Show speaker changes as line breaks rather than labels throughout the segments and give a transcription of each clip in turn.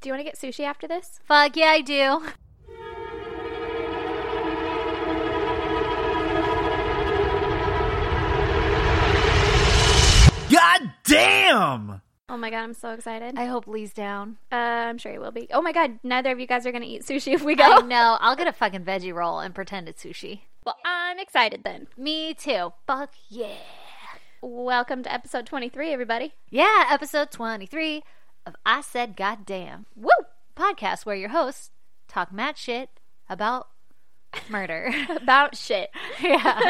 Do you want to get sushi after this?
Fuck yeah, I do.
God damn!
Oh my god, I'm so excited.
I hope Lee's down.
Uh, I'm sure he will be. Oh my god, neither of you guys are going to eat sushi if we
I
go.
know. I'll get a fucking veggie roll and pretend it's sushi.
Well, I'm excited then.
Me too. Fuck yeah.
Welcome to episode 23, everybody.
Yeah, episode 23 of I Said Goddamn.
Woo!
Podcast where your hosts talk mad shit about murder.
About shit.
yeah.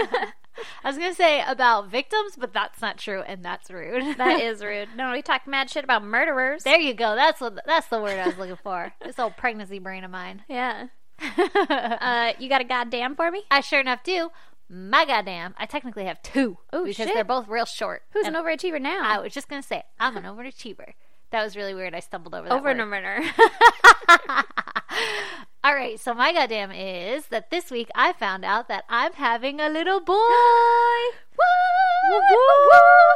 I was going to say about victims, but that's not true and that's rude.
That is rude. No, we talk mad shit about murderers.
There you go. That's what that's the word I was looking for. this old pregnancy brain of mine.
Yeah. Uh, you got a goddamn for me?
I sure enough do. My goddamn, I technically have two
Oh,
because
shit.
they're both real short.
Who's
And
an overachiever now?
I was just gonna say I'm an overachiever. That was really weird. I stumbled over that
Over and
word.
over.
All right, so my goddamn is that this week I found out that I'm having a little boy. Woo!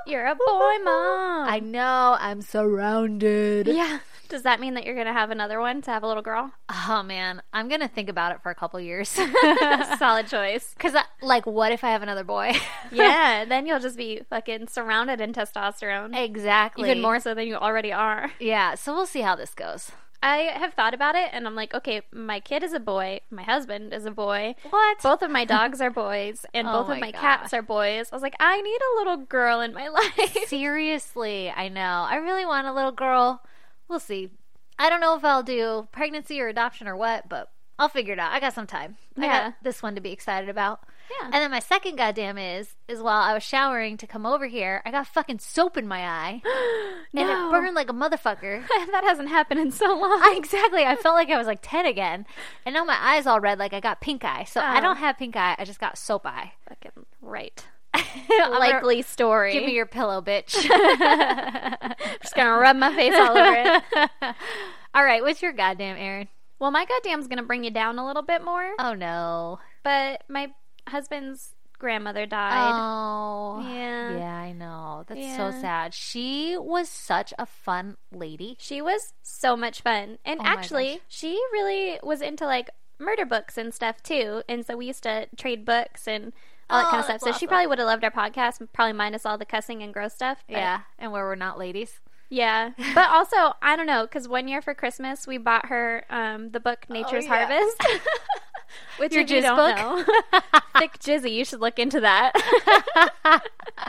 You're a boy mom.
I know I'm surrounded.
yeah. Does that mean that you're going to have another one to have a little girl?
Oh man, I'm gonna think about it for a couple years.
Solid choice.
Cause I, like, what if I have another boy?
Yeah, then you'll just be fucking surrounded in testosterone.
exactly.
Even more so than you already are.
Yeah. So we'll see how this goes.
I have thought about it and I'm like, okay, my kid is a boy, my husband is a boy.
What?
Both of my dogs are boys, and
Oh
both of
my
my cats
gosh.
are boys. I was like, I need a little girl in my life.
Seriously, I know. I really want a little girl. We'll see. I don't know if I'll do pregnancy or adoption or what, but I'll figure it out. I got some time. I
Yeah.
got this one to be excited about.
Yeah.
And then my second goddamn is is while I was showering to come over here, I got fucking soap in my eye and it
No.
burned like a motherfucker.
that hasn't happened in so long.
I- exactly. I felt like I was like 10 again. And now my eye's all red like I got pink eye. So I
Oh.
don't have pink eye. I just got soap eye.
Fucking right.
I'm gonna-
Likely story.
Give me your pillow, bitch.
just gonna rub my face all over it.
All right, what's your goddamn Aaron?
Well, my goddamn's gonna bring you down a little bit more,
Oh no.
but my husband's grandmother died.
Oh.
Yeah.
Yeah, I know. That's so
Yeah.
sad. She was such a fun lady.
She was so much fun, and
Oh my
actually,
gosh.
she really was into like murder books and stuff too. And so we used to trade books and all that
Oh,
kind of stuff.
that's
So she
awesome.
probably would have loved our podcast, probably minus all the cussing and gross stuff. but-
Yeah, and where we're not ladies.
Yeah. But also, I don't know, because one year for Christmas, we bought her um, the book Nature's
yeah.
Harvest. Which
Your
if you
jizz
don't
book?
know, Thick Jizzy, you should look into that.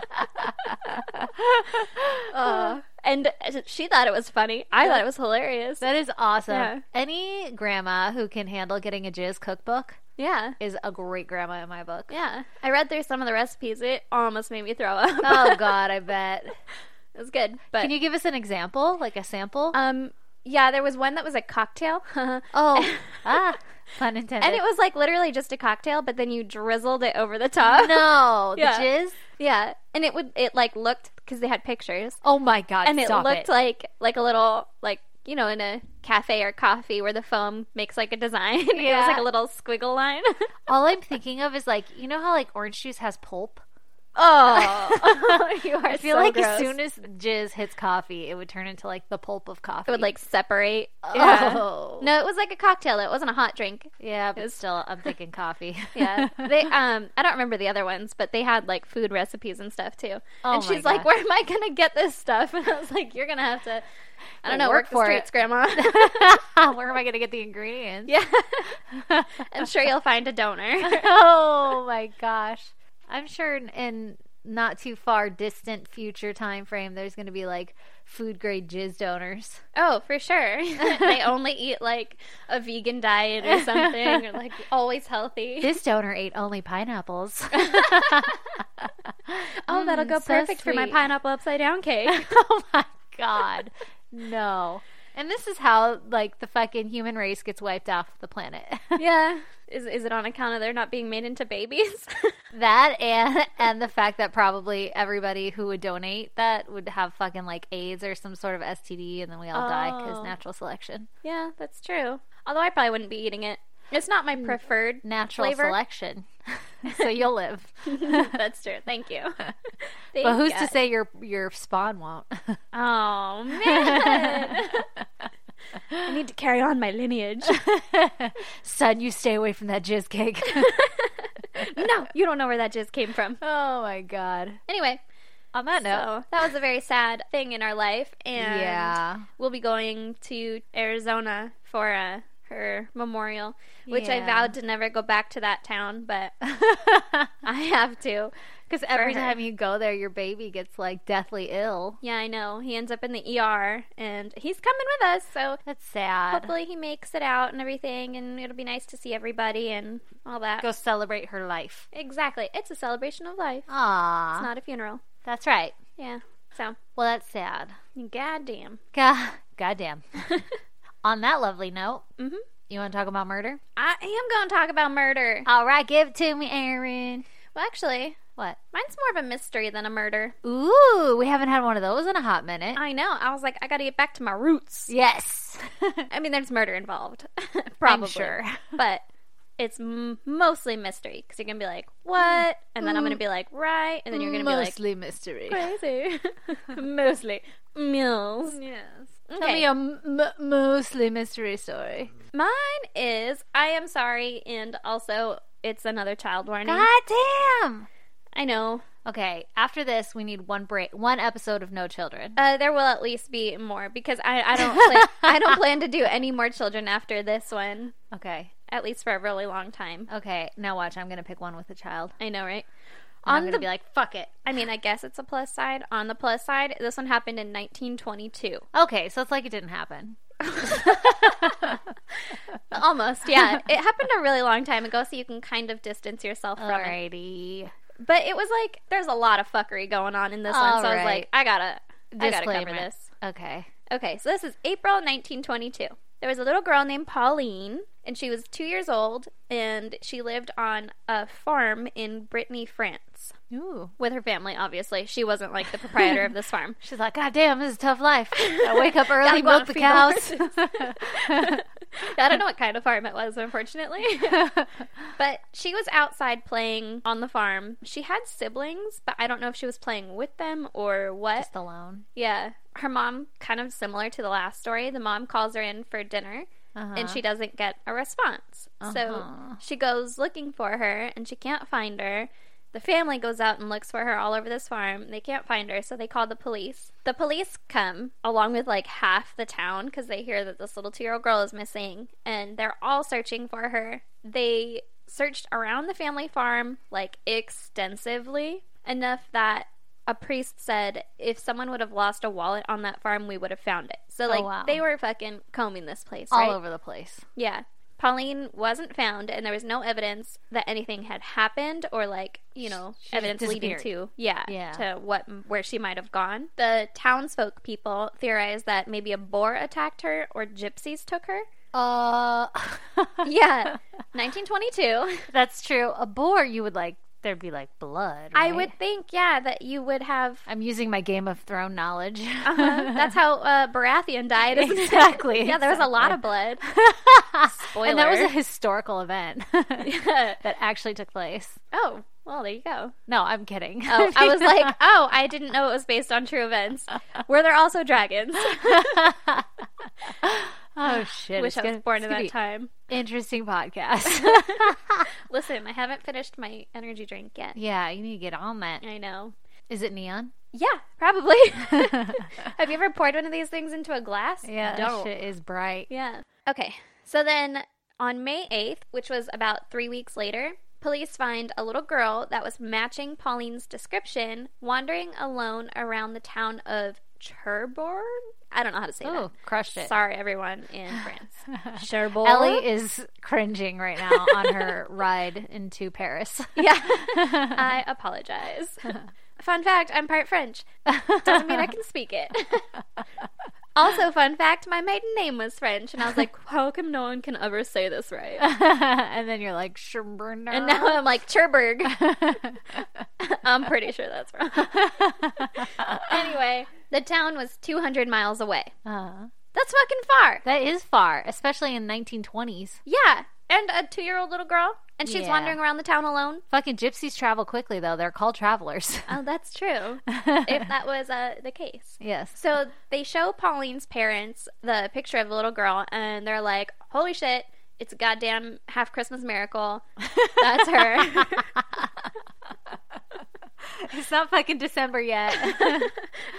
Uh, and she thought it was funny. I thought it was hilarious.
That is awesome.
Yeah.
Any grandma who can handle getting a jizz cookbook
Yeah.
is a great grandma in my book.
Yeah. I read through some of the recipes. It almost made me throw up.
Oh god, I bet.
it was good. But
Can you give us an example, like a sample?
um yeah, there was one that was a cocktail.
oh, ah, pun intended.
And it was like literally just a cocktail, but then you drizzled it over the top.
no,
Yeah.
the jizz.
Yeah, and it would it like looked because they had pictures,
Oh my god,
and it
stop
looked like like a little like you know in a cafe or coffee where the foam makes like a design. it
Yeah.
was like a little squiggle line.
All I'm thinking of is like you know how like orange juice has pulp.
oh, you are.
I feel
so
like
gross.
as soon as jizz hits coffee, it would turn into like the pulp of coffee.
it would like separate. Yeah.
oh
No, it was like a cocktail. It wasn't a hot drink.
yeah, but still I'm thinking coffee.
Yeah, they um, I don't remember the other ones, but they had like food recipes and stuff too.
Oh
and
my
she's
gosh.
like, "Where am I gonna get this stuff?" And I was like, "You're gonna have to, I don't know,
Work
work,
for
the streets,
it.
Grandma."
Where am I gonna get the ingredients?
yeah, I'm sure you'll find a donor.
Oh my gosh, I'm sure in, in not too far distant future time frame, there's gonna be like food grade jizz donors.
Oh, for sure. they only eat like a vegan diet or something, or like always healthy.
This donor ate only pineapples.
oh, that'll
Mm,
go
so
perfect for my
sweet.
pineapple upside down cake.
oh my god no and this is how like the fucking human race gets wiped off the planet
yeah. Is, is it on account of they're not being made into babies?
that and and the fact that probably everybody who would donate that would have fucking like aids or some sort of std and then we all die 'cause die because
Oh.
natural selection
yeah, that's true. Although I probably wouldn't be eating it. It's not my
Mm.
preferred.
natural
Flavor.
selection so you'll live
that's true. Thank you. Thank
but who's
God.
to say your your spawn won't
Oh man. I need to carry on my lineage.
Son, you stay away from that jizz cake.
no, you don't know where that jizz came from.
oh my god.
Anyway,
On that note,
so that was a very sad thing in our life, and
yeah,
we'll be going to Arizona for uh, her memorial, which I
Yeah.
vowed to never go back to that town, but I have to.
because every
her.
time you go there, your baby gets like deathly ill.
Yeah, I know. He ends up in the ER, and he's coming with us, so
That's sad.
hopefully he makes it out and everything, and it'll be nice to see everybody and all that.
Go celebrate her life.
Exactly. It's a celebration of life.
Aw,
It's not a funeral.
that's right.
Yeah. So,
Well, that's sad.
goddamn.
God, goddamn. On that lovely note,
Mhm.
you want to talk about murder?
I am going to talk about murder.
All right, give it to me, Aaron.
Well, actually,
What?
mine's more of a mystery than a murder.
Ooh, we haven't had one of those in a hot minute.
I know. I was like, I got to get back to my roots.
yes.
I mean, there's murder involved, probably,
sure.
but it's m- mostly mystery because you're gonna be like, "What?" and then I'm gonna be like, "Right," and then you're gonna
Mostly mystery.
be like, "Crazy." mostly meals.
Yes. Tell
Okay.
me a m- m- mostly mystery story.
Mine is I am sorry, and also it's another child warning.
God damn.
I know.
Mm-hmm. Okay, after this, we need one break, one episode of No Children.
Uh, there will at least be more because I, I don't plan, I don't plan to do any more children after this one,
Okay,
at least for a really long time.
okay. Now watch. I'm gonna pick one with a child.
I know, right?
And
On
I'm gonna
the
be like, fuck it.
I mean, I guess it's a plus side. On the plus side, this one happened in 1922.
Okay, so it's like it didn't happen. Oh.
Almost, yeah. it happened a really long time ago, so you can kind of distance yourself from it.
Alrighty.
But it was like there's a lot of fuckery going on in this one, so I was like,
Alright.
I gotta, I gotta cover
Disclaimer.
this.
Okay.
Okay, so this is April 1922. There was a little girl named Pauline, and she was two years old, and she lived on a farm in Brittany, France,
Ooh.
with her family. Obviously, she wasn't like the proprietor of this farm.
She's like, God damn, this is a tough life. I wake up
Gotta
early,
go out
milk the
and
cows.
feed I don't know what kind of farm it was, unfortunately. but she was outside playing on the farm. She had siblings, but I don't know if she was playing with them or what.
Just alone.
yeah. Her mom, kind of similar to the last story, the mom calls her in for dinner
Uh-huh.
and she doesn't get a response. So
Uh-huh.
she goes looking for her and she can't find her. The family goes out and looks for her all over this farm. They can't find her, so they call the police. The police come along with like half the town because they hear that this little two year old girl is missing and they're all searching for her. They searched around the family farm like extensively enough that a priest said if someone would have lost a wallet on that farm, we would have found it. So, like,
Oh, wow.
they were fucking combing this place
all
right?
over the place.
Yeah. Pauline wasn't found, and there was no evidence that anything had happened or, like, you know,
She
evidence
just
leading to, yeah,
Yeah.
to what where she might have gone. The townsfolk people theorized that maybe a boar attacked her or gypsies took her.
Uh,
Yeah, 1922.
that's true. A boar, you would like. There'd be like blood.
I
right?
would think, yeah, that you would have.
I'm using my Game of Throne knowledge.
Uh-huh. That's how uh, Baratheon died. Isn't it?
exactly.
Yeah, there was a lot of blood.
Spoiler. And that was a
Spoiler.
historical event that actually took place.
Oh, well, there you go.
No, I'm kidding.
Oh, I was like, oh, I didn't know it was based on true events. Were there also dragons?
oh shit!
Wish
it's
I was
gonna-
born
it's
at
gonna
that
be
time.
Interesting podcast.
Listen, I haven't finished my energy drink yet.
yeah, you need to get on that.
I know.
Is it neon?
Yeah, probably. Have you ever poured one of these things into a glass?
Yeah, that
Don't.
shit is bright.
Yeah. Okay. So then on May 8th, which was about three weeks later, police find a little girl that was matching Pauline's description wandering alone around the town of Cherbourg. I don't know how to say
Oh, crushed
that.
it.
Sorry, everyone in France. Cherbourg.
Ellie is cringing right now on her ride into Paris.
Yeah. I apologize. Fun fact, I'm part French. Doesn't mean I can speak it. also, fun fact, my maiden name was French, and I was like, how come no one can ever say this right?
and then you're like, Scherberner.
And now I'm like, Cherbourg. I'm pretty sure that's wrong. anyway, the town was 200 miles away.
Uh,
That's fucking far.
that is far, especially in 1920s.
Yeah. and a two year old little girl, and she's
Yeah.
wandering around the town alone.
Fucking gypsies travel quickly, though. They're called travelers.
Oh, that's true. if that was uh, the case.
yes.
So they show Pauline's parents the picture of the little girl, and they're like, "Holy shit, it's a goddamn half Christmas miracle." That's her.
It's not fucking December yet.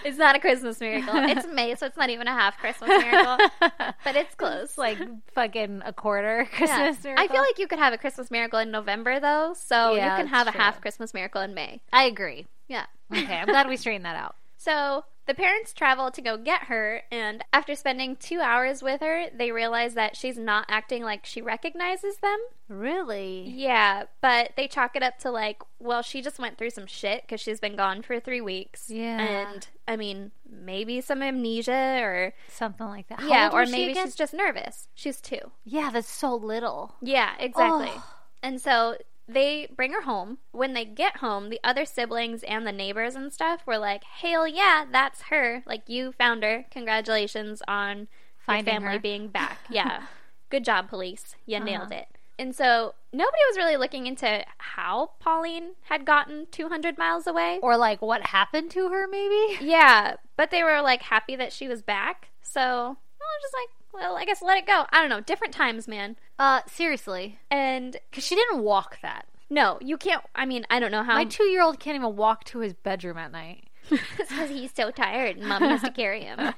it's not a Christmas miracle. It's May, so it's not even a half Christmas miracle, but it's close.
like fucking a quarter
Yeah.
Christmas
I
miracle.
feel like you could have a Christmas miracle in November, though, so
Yeah,
you can
that's
have a
true.
half Christmas miracle in May.
I agree.
Yeah.
Okay, I'm glad we straightened that out.
So the parents travel to go get her, and after spending two hours with her, they realize that she's not acting like she recognizes them.
Really?
Yeah, but they chalk it up to like, well, she just went through some shit because she's been gone for three weeks.
Yeah.
and I mean, maybe some amnesia or
Something like that. How
yeah,
old
or
was she
maybe
again?
she's just nervous. She's two.
Yeah, that's so little.
Yeah, exactly.
Oh.
And so they bring her home. When they get home, the other siblings and the neighbors and stuff were like, "Hell yeah, that's her! Like you found her. Congratulations on
Finding
your family
her. Uh-huh.
being back. Yeah, good job, police. You nailed it." And so nobody was really looking into how Pauline had gotten 200 miles away.
Or like what happened to her, maybe?
Yeah, but they were like happy that she was back. So I was just like, well, I guess let it go. I don't know. Different times, man.
Uh, seriously.
And
Because she didn't walk that.
no, you can't. I mean, I don't know how.
My two year old can't even walk to his bedroom at night.
because he's so tired and mom has to carry him.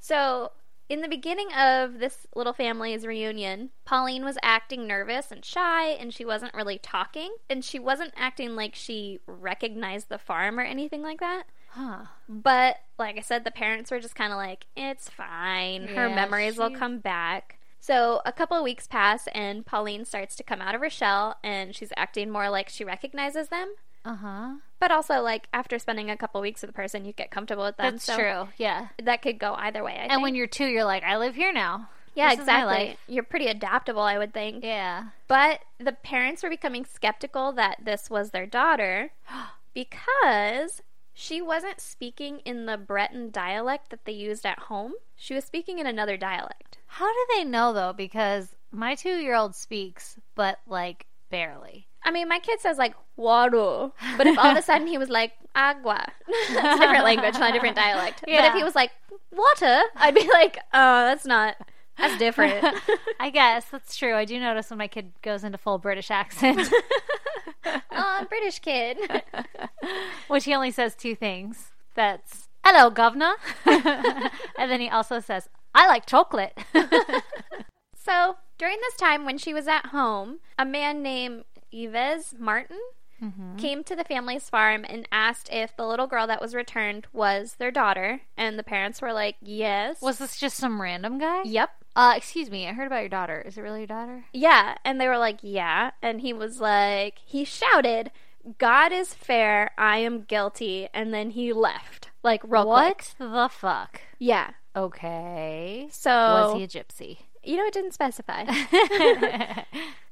so, in the beginning of this little family's reunion, Pauline was acting nervous and shy, and she wasn't really talking, and she wasn't acting like she recognized the farm or anything like that.
Huh.
But, like I said, the parents were just kind of like, it's fine. Her
Yeah,
memories will
she-
come back. So, a couple of weeks pass, and Pauline starts to come out of her shell, and she's acting more like she recognizes them.
Uh huh.
But also, like after spending a couple weeks with a person, you get comfortable with them.
That's
so
true. Yeah.
That could go either way. I
And when you're two, you're like, I live here now.
yeah,
this is my
exactly.
life.
You're pretty adaptable, I would think.
Yeah.
But the parents were becoming skeptical that this was their daughter because she wasn't speaking in the Breton dialect that they used at home. She was speaking in another dialect.
How do they know though? Because my two year old speaks, but like barely.
I mean, my kid says like water, but if all of a sudden he was like agua, that's a different language, not a different dialect. But
Yeah.
if he was like water, I'd be like, oh, that's not, that's different.
I guess that's true. I do notice when my kid goes into full British accent,
oh, British kid.
which he only says two things. That's hello, governor, and then he also says, "I like chocolate."
so during this time when she was at home, a man named Yves Martin
Mm-hmm.
came to the family's farm and asked if the little girl that was returned was their daughter, and the parents were like, yes.
Was this just some random guy?
Yep.
Uh, excuse me, I heard about your daughter. Is it really your daughter?
Yeah. And they were like, yeah. And he was like, he shouted, God is fair. I am guilty. And then he left. Like, real quick.
What the fuck?
Yeah.
Okay.
So,
Was he a gypsy?
you know, it didn't specify.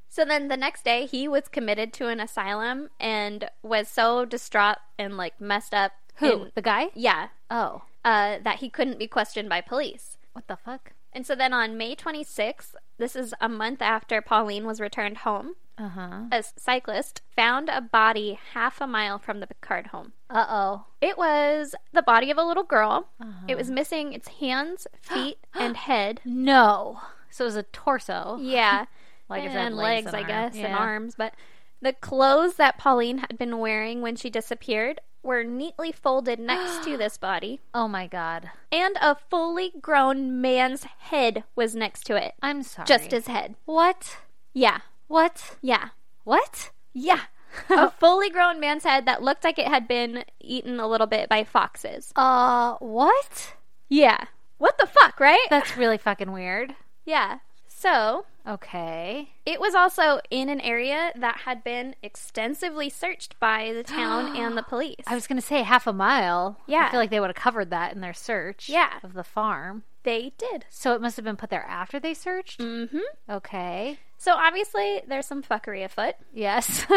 so then the next day, he was committed to an asylum and was so distraught and like messed up.
Who?
in-
the guy?
yeah.
Oh.
Uh, that he couldn't be questioned by police.
What the fuck?
And so then on May 26th, this is a month after Pauline was returned home,
Uh huh.
a cyclist found a body half a mile from the Picard home.
Uh oh.
It was the body of a little girl. It
Uh-huh.
was missing its hands, feet, and head.
No. So it was a torso.
Yeah.
Like I
and
said,
legs,
legs and
I
arm.
guess, and
Yeah.
arms. But the clothes that Pauline had been wearing when she disappeared were neatly folded next to this body,
Oh my god.
and a fully grown man's head was next to it.
I'm sorry.
Just his head.
What?
Yeah.
What?
Yeah.
What?
Yeah. a fully grown man's head that looked like it had been eaten a little bit by foxes.
Uh, what?
Yeah. What the fuck, right?
That's really fucking weird.
yeah. So,
Okay.
it was also in an area that had been extensively searched by the town and the police.
I was gonna say half a mile.
Yeah.
I feel like they would have covered that in their search.
Yeah.
Of the farm.
They did.
So it must have been put there after they searched.
Mm-hmm.
Okay.
So obviously, there's some fuckery afoot.
Yes.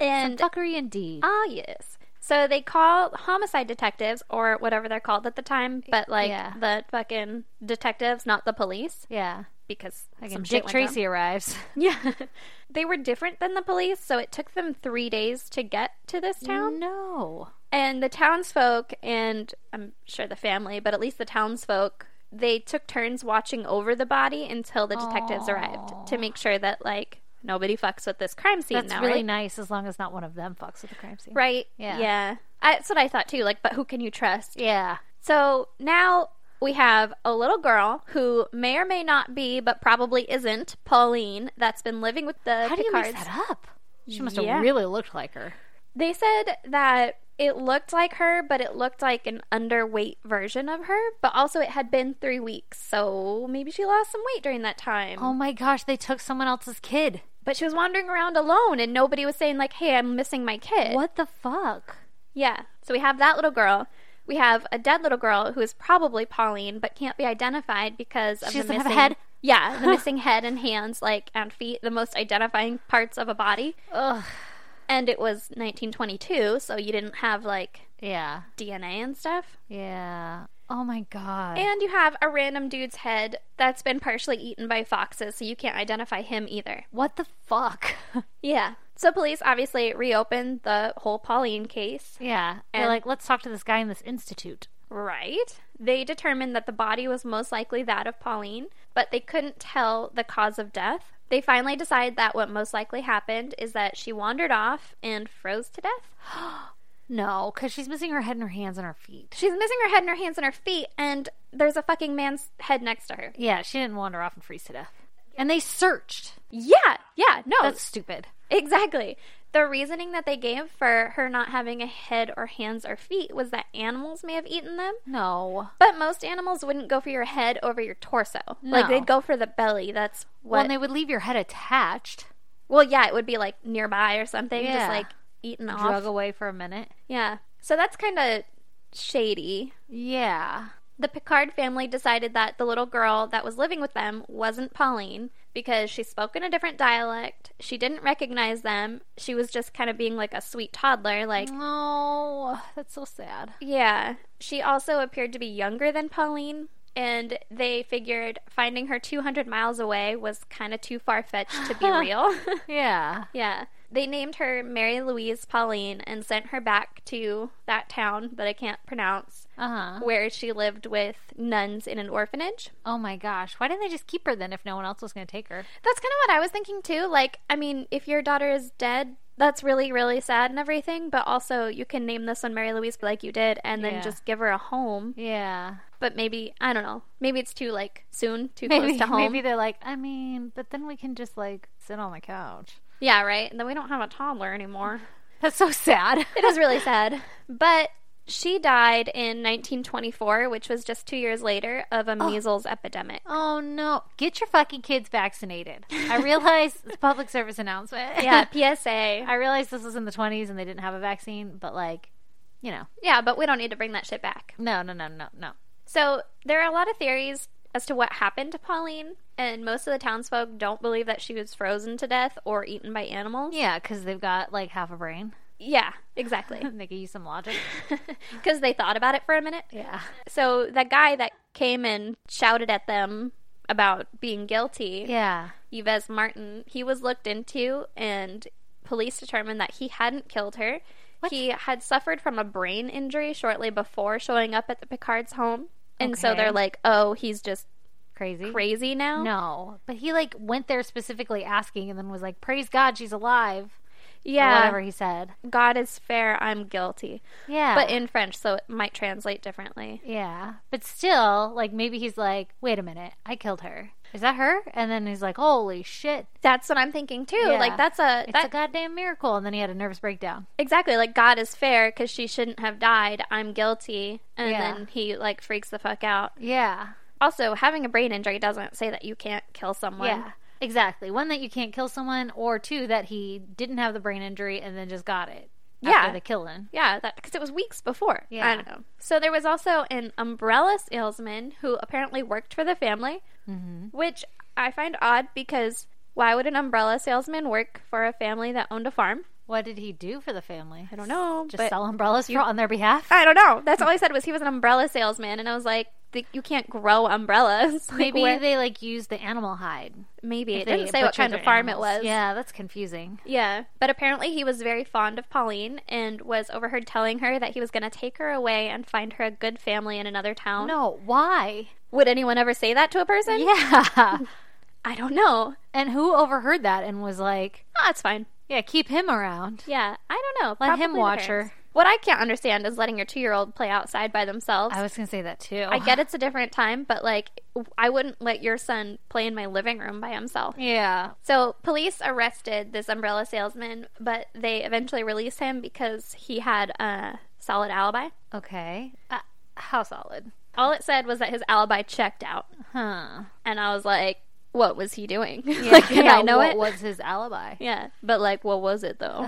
And
Fuckery indeed.
ah, yes. So they call homicide detectives or whatever they're called at the time, but like
Yeah.
the fucking detectives, not the police,
Yeah.
because
Like
some
and
shit
Dick
went down.
Tracy arrives.
Yeah. they were different than the police, so it took them three days to get to this
Mm.
town.
No.
And the townsfolk, and I'm sure the family, but at least the townsfolk, they took turns watching over the body until the detectives arrived to make sure that, like, nobody fucks with this crime scene
That's
now,
really
right?
nice as long as not one of them fucks with the crime scene.
Right?
Yeah.
Yeah. I, that's what I thought too. Like, but who can you trust?
Yeah.
So now we have a little girl who may or may not be, but probably isn't, Pauline, that's been living with the
How do you
Picards.
mix that up? She must have
Yeah.
really looked like her.
They said that it looked like her, but it looked like an underweight version of her. But also, it had been three weeks, so maybe she lost some weight during that time.
Oh my gosh, they took someone else's kid.
But she was wandering around alone, and nobody was saying, like, hey, I'm missing my kid.
What the fuck?
Yeah. So we have that little girl. We have a dead little girl who is probably Pauline, but can't be identified because of
She
the
doesn't
missing
have a head?
Yeah, the missing head and hands, like and feet, the most identifying parts of a body.
Ugh.
And it was 1922, so you didn't have like
Yeah.
DNA and stuff.
Yeah. Oh my god.
And you have a random dude's head that's been partially eaten by foxes, so you can't identify him either.
what the fuck?
Yeah. So police obviously reopened the whole Pauline case.
yeah. They're
And-
like, let's talk to this guy in this institute.
Right. They determined that the body was most likely that of Pauline, but they couldn't tell the cause of death. They finally decided that what most likely happened is that she wandered off and froze to death.
No, because she's missing her head and her hands and her feet.
She's missing her head and her hands and her feet, and there's a fucking man's head next to her.
Yeah, she didn't wander off and freeze to death. And they searched.
Yeah, yeah, no,
That's stupid.
exactly. The reasoning that they gave for her not having a head or hands or feet was that animals may have eaten them.
No.
But most animals wouldn't go for your head over your torso. Like
No.
they'd go for the belly. That's what
When they would leave your head attached,
Well, yeah, it would be like nearby or something,
Yeah.
just like eaten
drug
off.
away for a minute.
Yeah. So that's kind of shady.
Yeah.
The Picard family decided that the little girl that was living with them wasn't Pauline because she spoke in a different dialect. She didn't recognize them. She was just kind of being like a sweet toddler. Like,
Oh, that's so sad.
yeah. She also appeared to be younger than Pauline. And they figured finding her 200 miles away was kind of too far fetched to be real.
Yeah.
Yeah. They named her Mary Louise Pauline and sent her back to that town that I can't pronounce,
Uh huh.
where she lived with nuns in an orphanage.
Oh my gosh. Why didn't they just keep her then if no one else was going to take her?
That's kind of what I was thinking too. Like, I mean, if your daughter is dead, that's really, really sad and everything, but also you can name this one Mary Louise like you did and then
Yeah.
just give her a home.
Yeah.
But maybe, I don't know, maybe it's too like soon, too
Maybe,
close to home.
maybe they're like, I mean, but then we can just like sit on the couch.
Yeah, right? And then we don't have a toddler anymore.
That's so sad.
It is really sad. But she died in 1924, which was just two years later, of a measles epidemic.
Oh no. Get your fucking kids vaccinated. I realize it's a public service announcement.
Yeah, PSA.
I realize this was in the 20s and they didn't have a vaccine, but like, you know,
Yeah, but we don't need to bring that shit back.
no, no, no, no, no.
So there are a lot of theories as to what happened to Pauline, and most of the townsfolk don't believe that she was frozen to death or eaten by animals.
Yeah, because they've got like half a brain.
Yeah, exactly.
they could use some logic.
Because they thought about it for a minute.
Yeah.
So the guy that came and shouted at them about being guilty
Yeah.
Yves Martin, he was looked into, and police determined that he hadn't killed her. He had suffered from a brain injury shortly before showing up at the Picard's home. And so
Okay.
they're like, oh, he's just
Crazy.
crazy now.
No, but he like went there specifically asking and then was like, "Praise God, she's alive." or
Yeah.
whatever he said.
God is fair. I'm guilty.
Yeah.
But in French, so it might translate differently.
yeah. But still, like maybe he's like, "Wait a minute. I killed her. Is that her?" And then he's like, "Holy shit.
That's what I'm thinking too.
Yeah.
Like, that's a.
It's
That,
a goddamn miracle." And then he had a nervous breakdown.
exactly. Like, God is fair because she shouldn't have died. I'm guilty. And
Yeah.
then he, like, freaks the fuck out.
Yeah.
Also, having a brain injury doesn't say that you can't kill someone.
Yeah. Exactly. One that you can't kill someone or two that he didn't have the brain injury and then just got it.
Yeah.
After the killing.
Yeah, that because it was weeks before.
Yeah.
I don't know. So there was also an umbrella salesman who apparently worked for the family,
Mm-hmm.
which I find odd because why would an umbrella salesman work for a family that owned a farm?
What did he do for the family?
I don't know.
Just
but
sell umbrellas for, on their behalf.
I don't know. That's all he said was he was an umbrella salesman, and I was like, "Th- you can't grow umbrellas. Like,
Maybe
where-
they like use the animal hide.
maybe
if
it
they
didn't say what
butcher
kind of
their
farm
animals.
it was.
Yeah, that's confusing.
Yeah, but apparently he was very fond of Pauline and was overheard telling her that he was going to take her away and find her a good family in another town.
No, why?
Would anyone ever say that to a person?
Yeah.
I don't know.
and who overheard that and was like,
Oh, that's fine.
"Yeah, keep him around."
Yeah, I don't know.
Let him
Probably the
watch
parents.
her.
What I can't understand is letting your two year old play outside by themselves.
I was gonna say that too.
I get it's a different time, but like, I wouldn't let your son play in my living room by himself.
Yeah.
So, police arrested this umbrella salesman, but they eventually released him because he had a solid alibi.
Okay. Uh, how solid?
All it said was that his alibi checked out.
Huh.
And I was like, what was he doing? like, did I know
what
it?
was his alibi?
Yeah. But, like, what was it, though?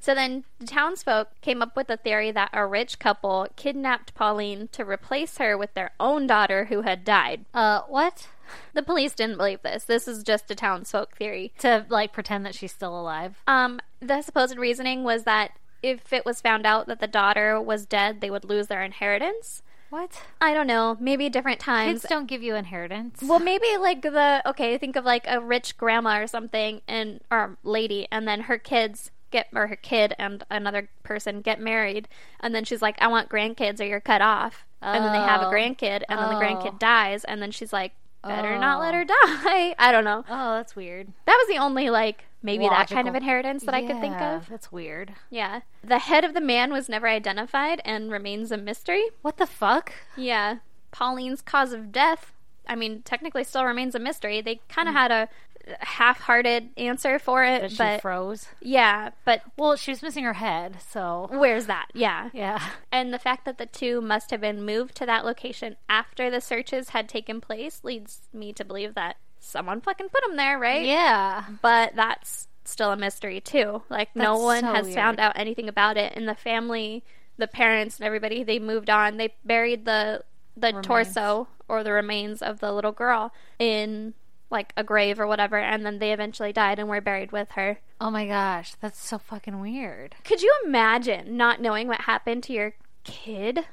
so then the townsfolk came up with a theory that a rich couple kidnapped Pauline to replace her with their own daughter who had died.
uh, what?
The police didn't believe this. This is just a townsfolk theory.
To like pretend that she's still alive.
Um, the supposed reasoning was that if it was found out that the daughter was dead, they would lose their inheritance.
What?
I don't know. Maybe different times.
Kids don't give you inheritance.
Well, maybe like the okay, think of like a rich grandma or something, and or lady, and then her kids get or her kid and another person get married, and then she's like, "I want grandkids, or you're cut off." And then they have a
Oh.
grandkid, and then the
Oh.
grandkid dies, and then she's like, "Better not let
Oh.
her die." I don't know.
oh, that's weird.
That was the only like maybe that kind of
Logical.
inheritance that I could think
Yeah,
of.
That's weird.
Yeah, the head of the man was never identified and remains a mystery.
What the fuck?
Yeah. Pauline's cause of death, I mean, technically still remains a mystery. They kind of had a half hearted answer for it,
That
but,
she froze.
yeah, but
Well, she was missing her head, so
where's that? Yeah.
yeah.
And the fact that the two must have been moved to that location after the searches had taken place leads me to believe that someone fucking put them there, right?
Yeah.
But that's still a mystery, too. Like, no
That's
one
so
has
weird.
found out anything about it. And the family, the parents, and everybody, they moved on. They buried the the torso or the remains of the little girl in like a grave or whatever and then they eventually died and were buried with her.
Oh my gosh, that's so fucking weird.
Could you imagine not knowing what happened to your kid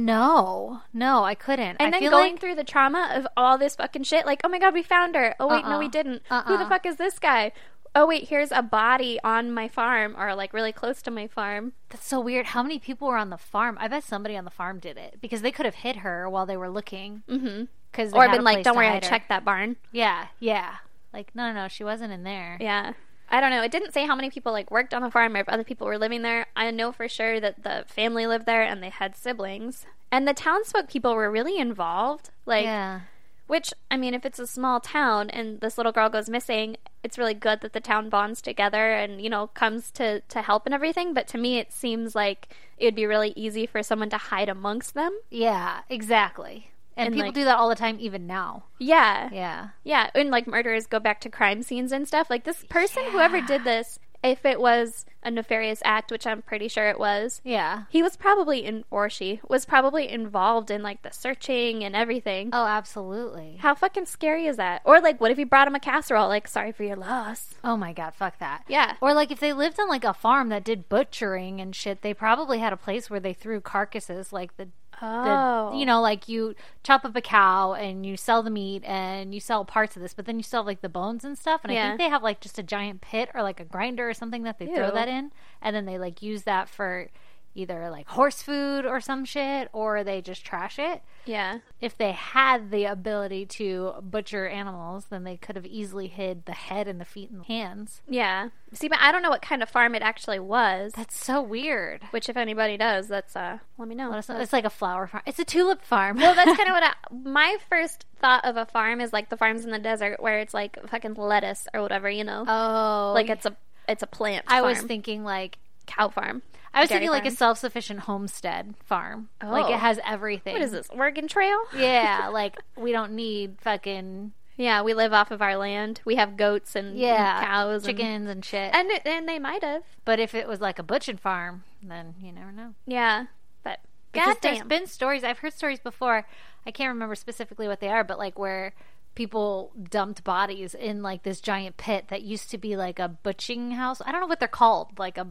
No, no, I couldn't.
and
I
then
feel
going
like
through the trauma of all this fucking shit like, "Oh my god, we found her. Oh wait,
Uh-uh.
no we didn't. Who the
Uh-uh.
fuck is this guy?" Oh wait, here's a body on my farm or like really close to my farm.
that's so weird. How many people were on the farm? I bet somebody on the farm did it because they could have hit her while they were looking. Mm-hmm. Because
Or been like, "Don't worry, I checked that barn."
Yeah, yeah. Like no, no, no, she wasn't in there.
Yeah. I don't know. It didn't say how many people like worked on the farm or if other people were living there. I know for sure that the family lived there and they had siblings. And the townsfolk people were really involved. Like
yeah.
which I mean if it's a small town and this little girl goes missing, it's really good that the town bonds together and, you know, comes to to help and everything, but to me it seems like it would be really easy for someone to hide amongst them.
Yeah, exactly. And,
And,
people
like-
do that all the time, even now.
Yeah.
Yeah.
Yeah, and like murderers go back to crime scenes and stuff. Like this person, whoever did this, if it was a nefarious act, which I'm pretty sure it was,
Yeah.
he was probably in, or she was probably involved in like the searching and everything.
Oh, absolutely.
How fucking scary is that? Or like, what if you brought him a casserole? Like, sorry for your loss.
Oh my god, fuck that.
Yeah.
Or like if they lived on like a farm that did butchering and shit, they probably had a place where they threw carcasses like the the-
Oh.
you know, like you chop up a cow and you sell the meat and you sell parts of this, but then you still have like the bones and stuff. And I
Yeah.
think they have like just a giant pit or like a grinder or something that they
Ew.
throw that in, and then they like use that for either like horse food or some shit, or they just trash it.
yeah,
If they had the ability to butcher animals, then they could have easily hid the head and the feet and the hands.
yeah. See, but I don't know what kind of farm it actually was.
That's so weird.
Which, if anybody does, that's uh, let me know.
It's not- it's like a flower farm. It's a tulip farm.
Well, that's kind of what I, my first thought of a farm is like the farms in the desert where it's like fucking lettuce or whatever, you know,
oh,
like it's a it's a plant.
I was
farm.
thinking like
cow farm.
I was
Dairy
thinking like a
farm.
self sufficient homestead farm. Like
Oh.
it has everything.
What is this Oregon Trail?
Yeah, like we don't need fucking
Yeah, we live off of our land. We have goats and, and
yeah
cows, and-
chickens and shit.
and it- and they might have.
but if it was like a butchered farm, then you never know.
Yeah, but
Because there's
goddamn,
been stories I've heard stories before. I can't remember specifically what they are, but like where people dumped bodies in like this giant pit that used to be like a butching house. I don't know what they're called, like a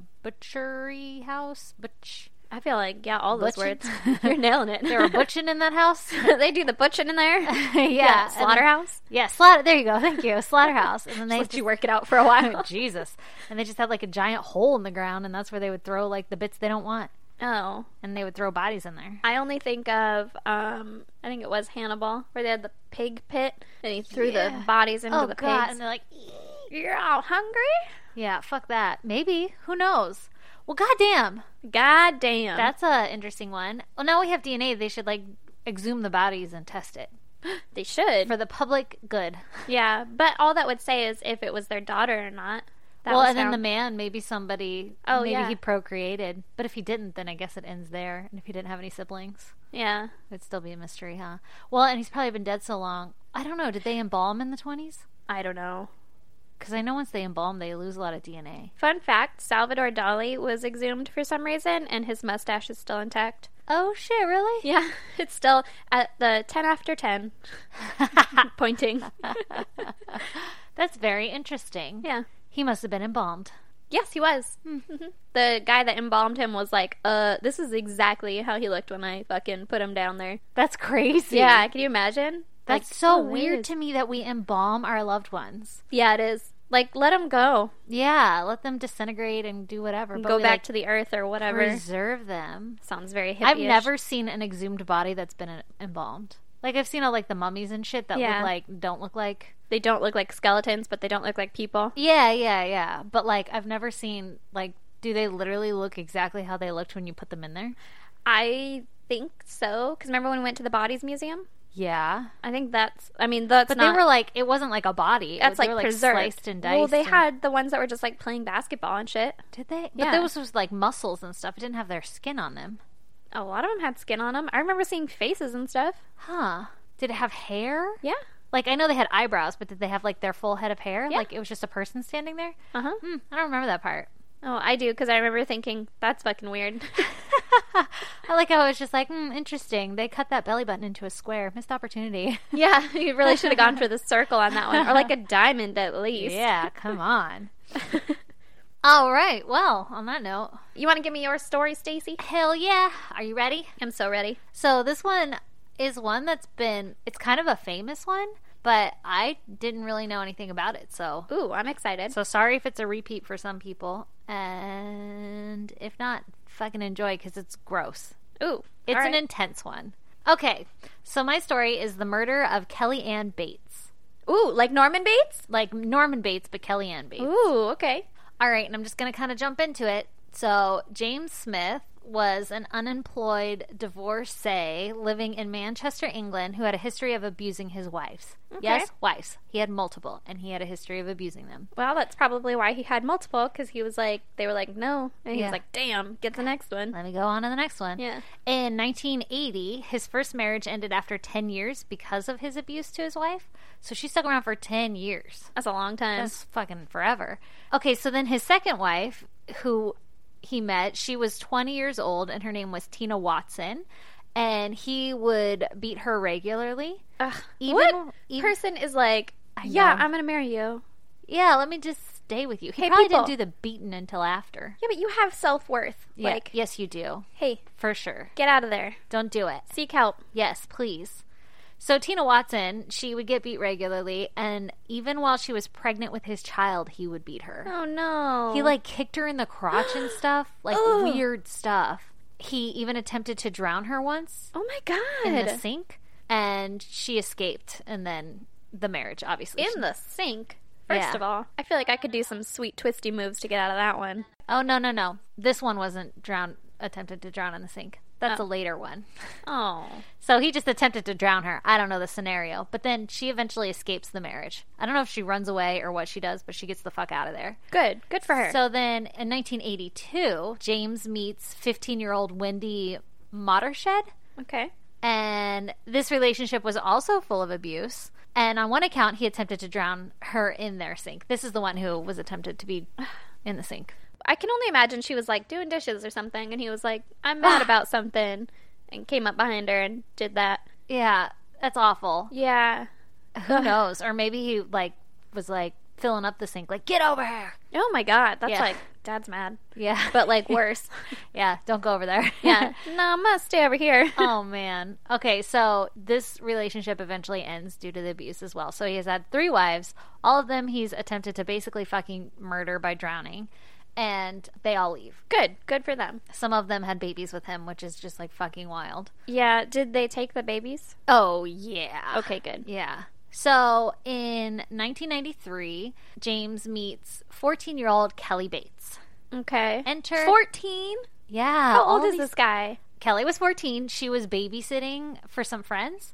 butchery house, butch.
I feel like yeah, all those
Butching?
words. You're nailing it.
They were butching in that house.
they do the butching in there.
yeah,
yeah,
and then-
slaughterhouse.
Yeah, slaughter. There you go. Thank you, slaughterhouse. And then they Oh,
Let you work it out for a while.
Jesus, and they just had like a giant hole in the ground, and that's where they would throw like the bits they don't want,
oh,
and they would throw bodies in there.
I only think of um, I think it was Hannibal where they had the pig pit and he threw
Yeah.
the bodies into
oh
the
God!
pigs.
And they're like,
You're all hungry?
yeah, fuck that. Maybe who knows? Well, goddamn,
God damn.
that's a interesting one. Well, now we have DNA. They should like exhume the bodies and test it
they should.
for the public good.
yeah, but all that would say is if it was their daughter or not. That
well,
was
and then the
found-
man, maybe somebody,
Oh,
maybe
yeah.
he procreated, but if he didn't, then I guess it ends there. And if he didn't have any siblings,
yeah.
it'd still be a mystery, huh? Well, and he's probably been dead so long. I don't know. Did they embalm in the twenties?
I don't know.
Because I know once they embalm, they lose a lot of DNA.
Fun fact: Salvador Dali was exhumed for some reason, and his mustache is still intact.
Oh shit! Really?
Yeah, it's still at the ten after ten, pointing.
That's very interesting.
yeah.
He must have been embalmed.
Yes, he was. Mhm. The guy that embalmed him was like, "Uh, this is exactly how he looked when I fucking put him down there."
That's crazy.
Yeah, can you imagine?
That's
Like,
so
oh, it
weird
is.
to me that we embalm our loved ones.
Yeah, it is. Like, let him go,
Yeah, let them disintegrate and do whatever. But
go
we,
back
like,
to the earth or whatever.
preserve them.
Sounds very hippie.
I've never seen an exhumed body that's been en- embalmed. Like I've seen all like the mummies and shit that
Yeah.
look like don't look like.
They don't look like skeletons, but they don't look like people.
Yeah, yeah, yeah. But like I've never seen like do they literally look exactly how they looked when you put them in there?
I think so. Because remember when we went to the bodies museum?
Yeah.
I think that's. I mean, that's.
But
not,
they were like it wasn't like a body. It
That's
was- they
like,
were,
preserved,
sliced and diced.
Well, they
and-
had the ones that were just like playing basketball and shit.
Did they? But
Yeah.
those was like muscles and stuff. It didn't have their skin on them.
A lot of them had skin on them. I remember seeing faces and stuff.
Huh. Did it have hair?
Yeah.
Like I know they had eyebrows, but did they have like their full head of hair?
Yeah.
Like it was just a person standing there?
Uh huh.
Hmm, I don't remember that part.
Oh, I do because I remember thinking that's fucking weird.
I like how it was just like, hmm, interesting. They cut that belly button into a square. Missed opportunity.
yeah, you really should have gone for the circle on that one, or like a diamond at least.
yeah, come on. All right. Well, on that note,
You want to give me your story, Stacy?
hell yeah. Are you ready?
I'm so ready.
So this one is one that's been, it's kind of a famous one, but I didn't really know anything about it. So,
Ooh, I'm excited.
so sorry if it's a repeat for some people. And if not, fucking enjoy because it's gross.
Ooh,
It's
all
an
right.
intense one. Okay. So my story is the murder of Kelly Ann Bates.
ooh, like Norman Bates.
like Norman Bates, but Kellyanne Bates.
Ooh, okay.
All right, and I'm just going to kind of jump into it. So, James Smith was an unemployed divorcee living in Manchester, England, who had a history of abusing his wives. Yes, wives. He had multiple, and he had a history of abusing them.
Well, that's probably why he had multiple because he was like, they were like, no, and he
Yeah.
was like, damn, get the next one.
Let me go on to the next one.
Yeah.
In 1980, his first marriage ended after 10 years because of his abuse to his wife. So, she stuck around for 10 years.
That's a long time.
That's fucking forever. Okay, so then his second wife, who he met, she was 20 years old and her name was Tina Watson. And he would beat her regularly.
Ugh.
Even-
what
even-
person is like, yeah,
know.
I'm gonna marry you.
Yeah, let me just stay with you. He
Hey,
probably
people.
didn't do the beating until after.
Yeah, but you have self worth.
Yeah,
Like,
yes, you do.
hey,
For sure.
get out of there.
Don't do it.
Seek help.
Yes, please. So Tina Watson, she would get beat regularly. And even while she was pregnant with his child, he would beat her.
Oh no.
He like kicked her in the crotch and stuff, like
Ugh.
weird stuff. He even attempted to drown her once
Oh my
in
god.
the sink, and she escaped. And then the marriage, obviously.
In the sink. First
Yeah.
of all, I feel like I could do some sweet twisty moves to get out of that one.
oh no, no, no! This one wasn't drowned. Attempted to drown in the sink. That's a later one.
Oh.
So he just attempted to drown her. I don't know the scenario, but then she eventually escapes the marriage. I don't know if she runs away or what she does, but she gets the fuck out of there.
Good. Good for her.
So then in 1982, James meets 15-year-old Wendy Mottershed.
okay.
and this relationship was also full of abuse. And on one account, he attempted to drown her in their sink. This is the one who was attempted to be in the sink.
I can only imagine she was like doing dishes or something and he was like, I'm mad about something and came up behind her and did that.
Yeah, that's awful.
Yeah.
Who knows? Or maybe he like was like filling up the sink, like get over here.
Oh my god, that's
Yeah.
like dad's mad,
Yeah,
but like worse.
yeah, don't go over there.
yeah, no, I'm gonna stay over here.
oh man. Okay, so this relationship eventually ends due to the abuse as well. So he has had three wives. All of them he's attempted to basically fucking murder by drowning, and they all leave.
Good, good for them.
Some of them had babies with him, which is just like fucking wild.
Yeah, did they take the babies?
Oh yeah.
Okay, good.
Yeah. So in 1993, James meets 14 year old Kelly Bates.
Okay,
Enter.
fourteen.
Yeah.
How
all
old is
these-
this guy?
Kelly was 14. She was babysitting for some friends.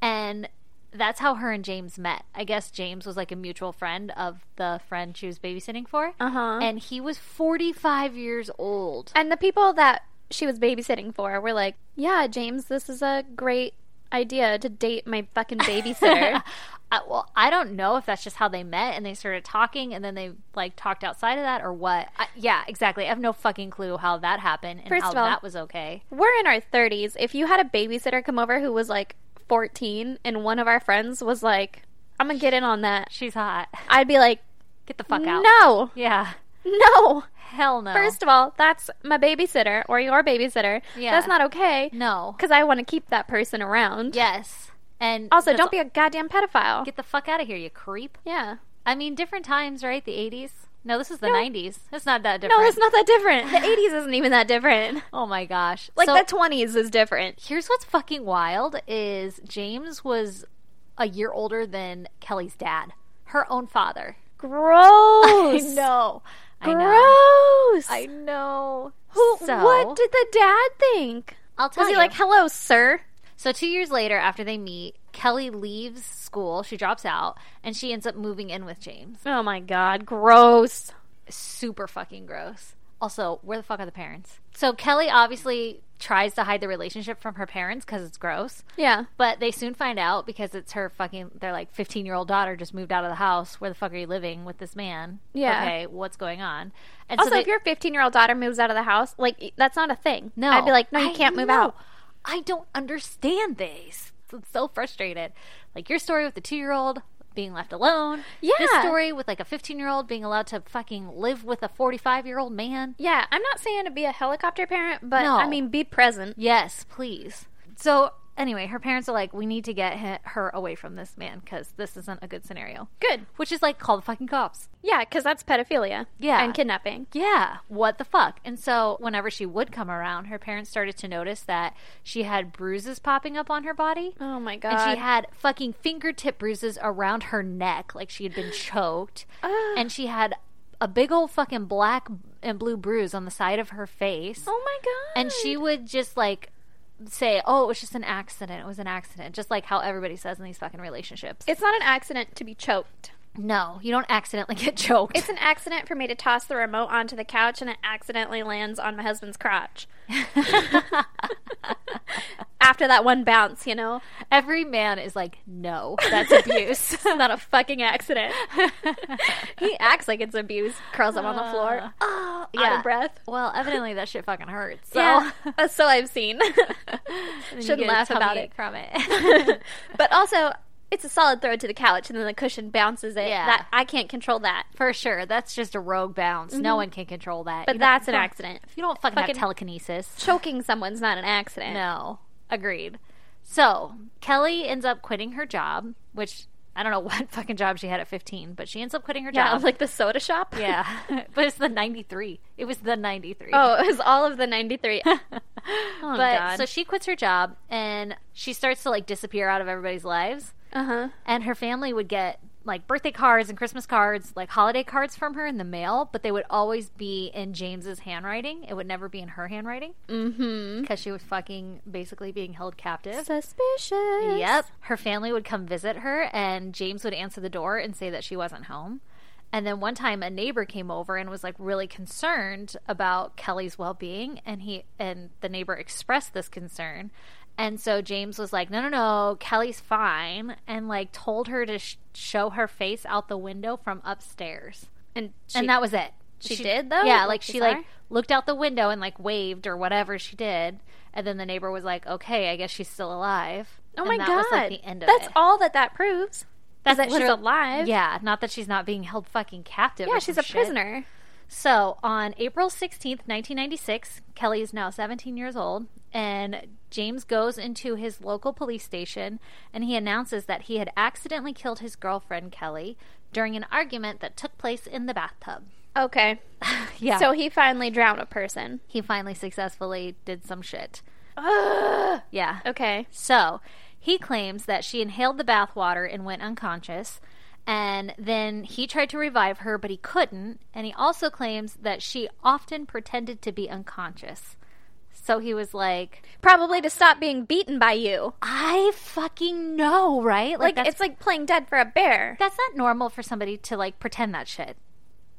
And that's how her and James met. I guess James was like a mutual friend of the friend she was babysitting for.
Uh huh. And,
And he was 45 years old.
the people that she was babysitting for were like, "Yeah, James, this is a great idea to date my fucking babysitter."
I, well, I don't know if that's just how they met and they started talking and then they like talked outside of that or what. I, yeah, exactly. I have no fucking clue how that happened and
First
how
of all-
that was okay.
we're in our thirties. If you had a babysitter come over who was like fourteen, and one of our friends was like, "I'm gonna get in on that,"
She's hot.
I'd be like,
Get the fuck out.
"No,
Yeah.
no."
Hell no.
First of all, that's my babysitter or your babysitter.
Yeah.
That's not okay.
no.
Because I want to keep that person around.
Yes. And
Also,
that's-
don't be a goddamn pedophile.
Get the fuck out of here, you creep.
yeah.
I mean, different times, right? The 80s? No, this is the 90s. It's not that different.
No, it's not that different. The 80s isn't even that different.
Oh my gosh.
Like,
So,
the 20s is different.
here's what's fucking wild is James was a year older than Kelly's dad, her own father.
Gross.
know. I know.
Gross.
I know.
Who,
So,
what did the dad think?
I'll tell
Was he
you.
like, hello, sir?
So two years later, after they meet, Kelly leaves school. She drops out, and she ends up moving in with James.
Oh my God. Gross.
super fucking gross. Also, where the fuck are the parents? So Kelly obviously tries to hide the relationship from her parents because it's gross,
Yeah.
but they soon find out because it's her fucking. Their like fifteen year old daughter just moved out of the house. Where the fuck are you living with this man?
Yeah.
Okay, what's going on? And
Also,
they-
if your 15 year old daughter moves out of the house, like, that's not a thing.
no,
I'd be like, no, you
I
can't move
know.
out.
I don't understand this. I'm so frustrated. Like your story with the two year old being left alone. This
Yeah.
story with like a fifteen year old being allowed to fucking live with a forty five year old man.
Yeah. I'm not saying to be a helicopter parent, but
No.
I mean, be present.
Yes, please. So, anyway, her parents are like, we need to get he- her away from this man because this isn't a good scenario.
Good.
Which is like, call the fucking cops.
Yeah, because that's pedophilia.
Yeah.
And kidnapping.
Yeah, what the fuck? And so, whenever she would come around, her parents started to notice that she had bruises popping up on her body.
Oh my God.
And she had fucking fingertip bruises around her neck, like she had been choked.
Ah.
and she had a big old fucking black and blue bruise on the side of her face.
oh my God.
And she would just like say, "Oh, it was just an accident. It was an accident." Just like how everybody says in these fucking relationships.
It's not an accident to be choked.
no, you don't accidentally get choked.
It's an accident for me to toss the remote onto the couch and it accidentally lands on my husband's crotch. After that one bounce, you know?
Every man is like, "No, that's abuse."
It's not a fucking accident. he acts like it's abuse, curls up on the floor,
oh,
out of breath.
Well, evidently that shit fucking hurts. So.
Yeah, uh, so I've seen.
And you
Shouldn't
get a
laugh
tummy
about
ache
it.
from it.
but also, it's a solid throw to the couch, and then the cushion bounces it.
Yeah.
That I can't control that.
For sure, that's just a rogue bounce. No one can control
Mm-hmm.
that.
But
You don't-
that's an
you don't-
accident.
You don't fucking,
Fucking-
have telekinesis.
Choking someone's not an accident.
No, agreed. So Kelly ends up quitting her job, which I don't know what fucking job she had at 15, but she ends up quitting her
Yeah,
job.
like the soda shop.
yeah, but it's the 93. It was the 93.
Oh, it was all of the 93. oh,
but
God.
so she quits her job and she starts to like disappear out of everybody's lives.
uh-huh.
And her family would get like birthday cards and Christmas cards, like holiday cards from her in the mail, but they would always be in James's handwriting. It would never be in her handwriting
Mm-hmm.
because she was fucking basically being held captive.
Suspicious.
Yep. Her family would come visit her, and James would answer the door and say that she wasn't home. And then one time, a neighbor came over and was like really concerned about Kelly's well being, and he and the neighbor expressed this concern. And so James was like, "No, no, no, Kelly's fine," and like told her to sh- show her face out the window from upstairs,
And, she,
and that was it.
she did, though?
Yeah,
Like,
like
she
she
saw
like
her?
looked out the window and like waved or whatever she did, and then the neighbor was like, "Okay, I guess she's still alive."
oh
And
my
that
God.
was like the end of
That's
it.
all that that proves. That's that she's
literal-
alive.
Yeah, not that she's not being held fucking captive.
Yeah,
or
she's
some
a
shit.
prisoner.
So on April 16th, 1996, Kelly is now 17 years old, and James goes into his local police station and he announces that he had accidentally killed his girlfriend, Kelly, during an argument that took place in the bathtub.
Okay.
Yeah.
So he finally drowned a person.
he finally successfully did some shit.
Ugh.
Yeah.
Okay.
So he claims that she inhaled the bathwater and went unconscious. And then he tried to revive her, but he couldn't. And he also claims that she often pretended to be unconscious. So he was like,
Probably to stop being beaten by you.
I fucking know, right?
Like,
that's,
it's like playing dead for a bear.
that's not normal for somebody to like pretend that shit.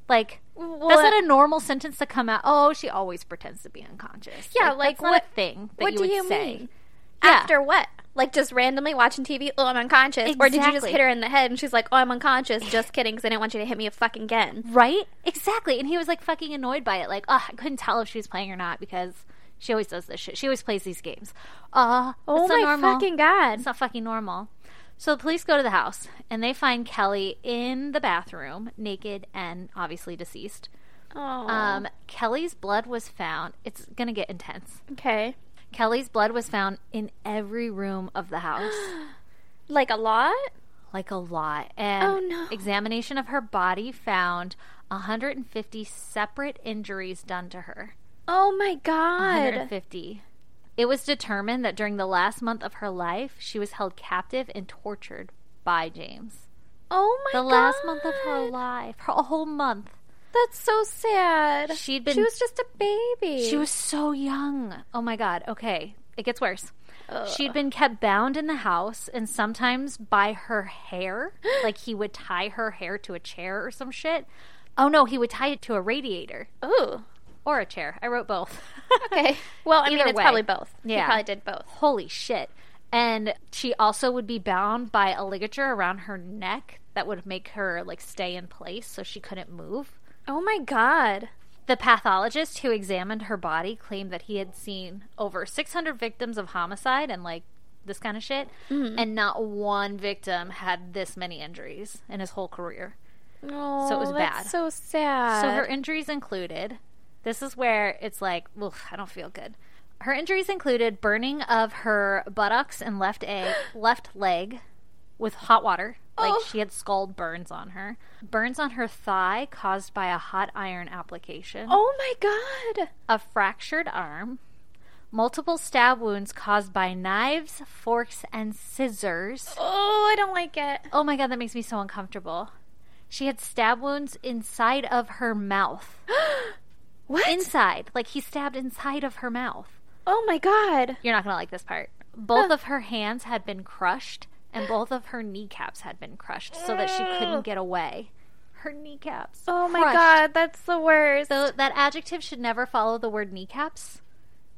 Like,
Well, uh,
that's not a normal sentence to come out. Oh, she always pretends to be unconscious.
Yeah, like,
that's not
what-
a thing that
what
you
do
would
you
say.
mean?
Yeah.
After what? Like just randomly watching TV? Oh, I'm unconscious. Or did you just
Exactly.
hit her in the head and she's like, oh, I'm unconscious. Just kidding, because I didn't want you to hit me a fucking again.
Right? Exactly. And he was like fucking annoyed by it. Like, oh, I couldn't tell if she was playing or not because she always does this shit. She always plays these games. Uh,
Oh
it's not
my
normal.
fucking god.
It's not fucking normal. So the police go to the house and they find Kelly in the bathroom, naked and obviously deceased.
oh.
Um, Kelly's blood was found. It's going to get intense.
okay.
Kelly's blood was found in every room of the house.
Like a lot?
like a lot. And
Oh, no.
examination of her body found 150 separate injuries done to her.
Oh my god.
150. It was determined that during the last month of her life, she was held captive and tortured by James.
Oh my
The
god.
last month of her life, her a whole month.
That's so sad.
She'd been-
She was just a baby.
She was so young. Oh my god. Okay, it gets worse.
Ugh.
She'd been kept bound in the house and sometimes by her hair. like he would tie her hair to a chair or some shit. Oh no, he would tie it to a radiator
Ooh.
or a chair. I wrote both.
Okay. Well, I mean,
Either
it's
way.
probably both. He
Yeah.
probably did both.
Holy shit. And she also would be bound by a ligature around her neck that would make her like stay in place so she couldn't move.
Oh my god.
The pathologist who examined her body claimed that he had seen over 600 victims of homicide and like this kind of shit, and not one victim had this many injuries in his whole career.
Oh,
was
that's
bad.
So sad.
So her injuries included this is where it's like, oof, I don't feel good. Her injuries included burning of her buttocks and left egg, left leg with hot water. Like
Oh.
she had scald burns on her. Burns on her thigh caused by a hot iron application.
oh my god.
A fractured arm. Multiple stab wounds caused by knives, forks, and scissors.
Oh, I don't like it.
Oh my god, that makes me so uncomfortable. She had stab wounds inside of her mouth.
What?
Inside. Like he stabbed inside of her mouth.
Oh my god.
You're not going to like this part. Both of her hands had been crushed and both of her kneecaps had been crushed so that she couldn't get away. Her kneecaps.
Oh my
crushed.
god, that's the worst.
So that adjective should never follow the word kneecaps,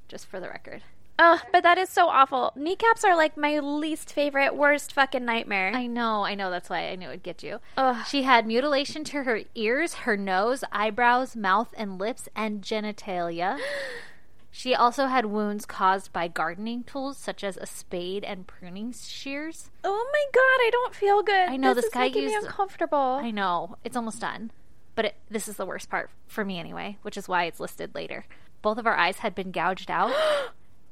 just for the record.
Oh, but that is so awful. Kneecaps are like my least favorite, worst fucking nightmare.
I know, I know. That's why I knew it would get you.
Ugh.
She had mutilation to her ears, her nose, eyebrows, mouth, and lips, and genitalia. she also had wounds caused by gardening tools such as a spade and pruning shears.
oh my god, I don't feel good.
I know,
this,
this
is
guy
making me
used-
uncomfortable.
I know, it's almost done. But it, this is the worst part for me anyway, which is why it's listed later. Both of our eyes had been gouged out.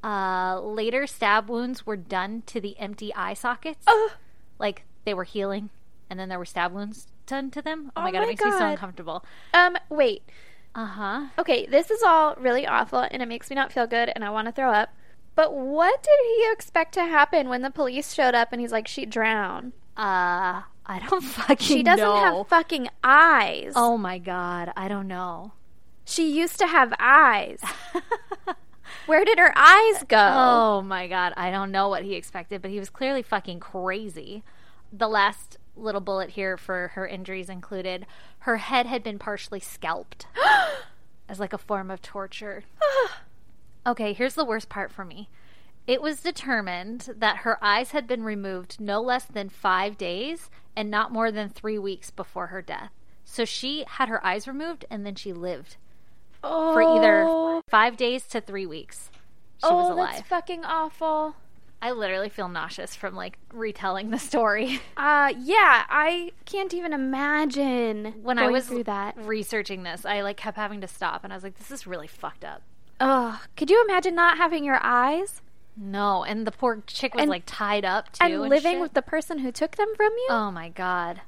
uh, later, stab wounds were done to the empty eye sockets.
Ugh.
like they were healing and then there were stab wounds done to them. Oh,
Oh
my god,
my
it makes me so
God.
uncomfortable.
Um, wait.
Uh huh.
Okay, this is all really awful and it makes me not feel good and I want to throw up. But what did he expect to happen when the police showed up and he's like, she drowned?
Uh, I don't fucking
She doesn't
know.
have fucking eyes.
oh my god, I don't know.
She used to have eyes. Where did her eyes go?
Oh my god, I don't know what he expected, but he was clearly fucking crazy. The last little bullet here for her injuries included her head had been partially scalped as like a form of torture. okay, here's the worst part for me. It was determined that her eyes had been removed no less than five days and not more than three weeks before her death. So she had her eyes removed and then she lived for either
Oh.
five days to three weeks. She
oh,
was alive.
that's fucking awful.
I literally feel nauseous from like retelling the story.
Uh, yeah, I can't even imagine
when I
going
was
through that.
researching this, I like kept having to stop, and I was like, "This is really fucked up."
Ugh, could you imagine not having your eyes
No, and the poor chick was
And-
like tied up too,
and living
shit.
with the person who took them from you?
Oh my god.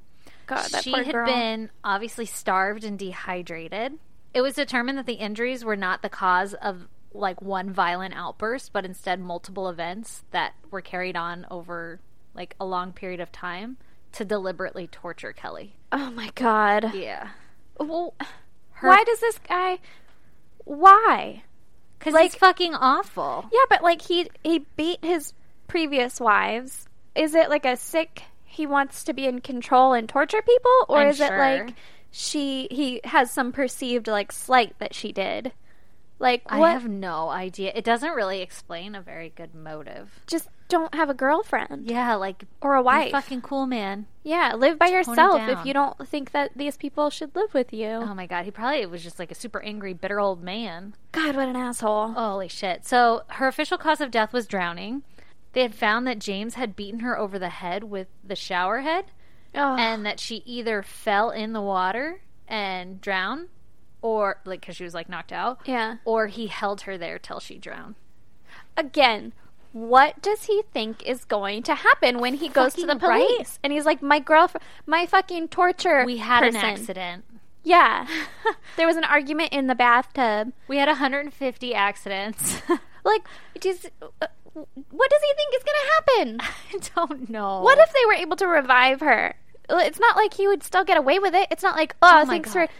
God, that
she
poor
had
girl.
been obviously starved and dehydrated. It was determined that the injuries were not the cause of like one violent outburst, but instead multiple events that were carried on over like a long period of time to deliberately torture Kelly.
oh my god.
Yeah.
Well, why does this guy? Why?
Cuz
Like-
it's fucking awful.
Yeah, but like he he beat his previous wives. Is it like a sick? He wants to be in control and torture people, or
I'm
is it
sure.
like she he has some perceived like slight that she did? Like
I
what?
have no idea. It doesn't really explain a very good motive.
Just don't have a girlfriend
Yeah, like be
or a wife.
fucking cool man.
yeah, live by
it
yourself if
down.
you don't think that these people should live with you.
Oh my god, he probably was just like a super angry bitter old man.
God, what an asshole!
Holy shit. So her official cause of death was drowning. They had found that James had beaten her over the head with the shower head
Ugh.
and that she either fell in the water and drowned or like cuz she was like knocked out
yeah.
or he held her there till she drowned.
again, what does he think is going to happen when he goes to the
Fucking
police?
right.
And he's like, my girlfriend, my fucking torture.
We had an
person."
accident.
Yeah. there was an argument in the bathtub.
We had 150 accidents.
Like, does, uh, what does he think is going to happen?
I don't know.
What if they were able to revive her? It's not like he would still get away with it. It's not like, oh,
my
thanks
God.
for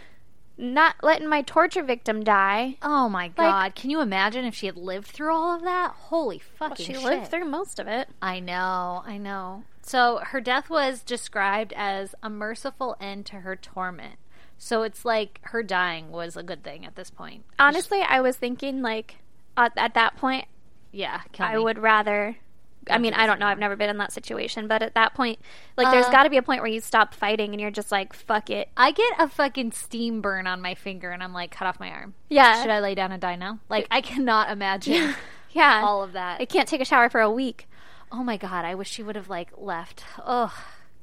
not letting my torture victim die.
Oh my god, can you imagine if she had lived through all of that? Holy fucking
She
shit.
lived through most of it.
I know, I know. So her death was described as a merciful end to her torment. So it's like her dying was a good thing at this point.
Honestly, I was thinking, like, at, at that point,
Yeah, kill
I
me.
would rather. I mean,
do
I
this
don't know. I've never been in that situation, but at that point, like, there's
Uh,
got to be a point where you stop fighting and you're just like, "Fuck it."
I get a fucking steam burn on my finger, and I'm like, cut off my arm.
Yeah,
Should I lay down and die now? Like, I cannot imagine
yeah.
all of that.
I can't take a shower for a week.
oh my god, I wish she would have like left. Oh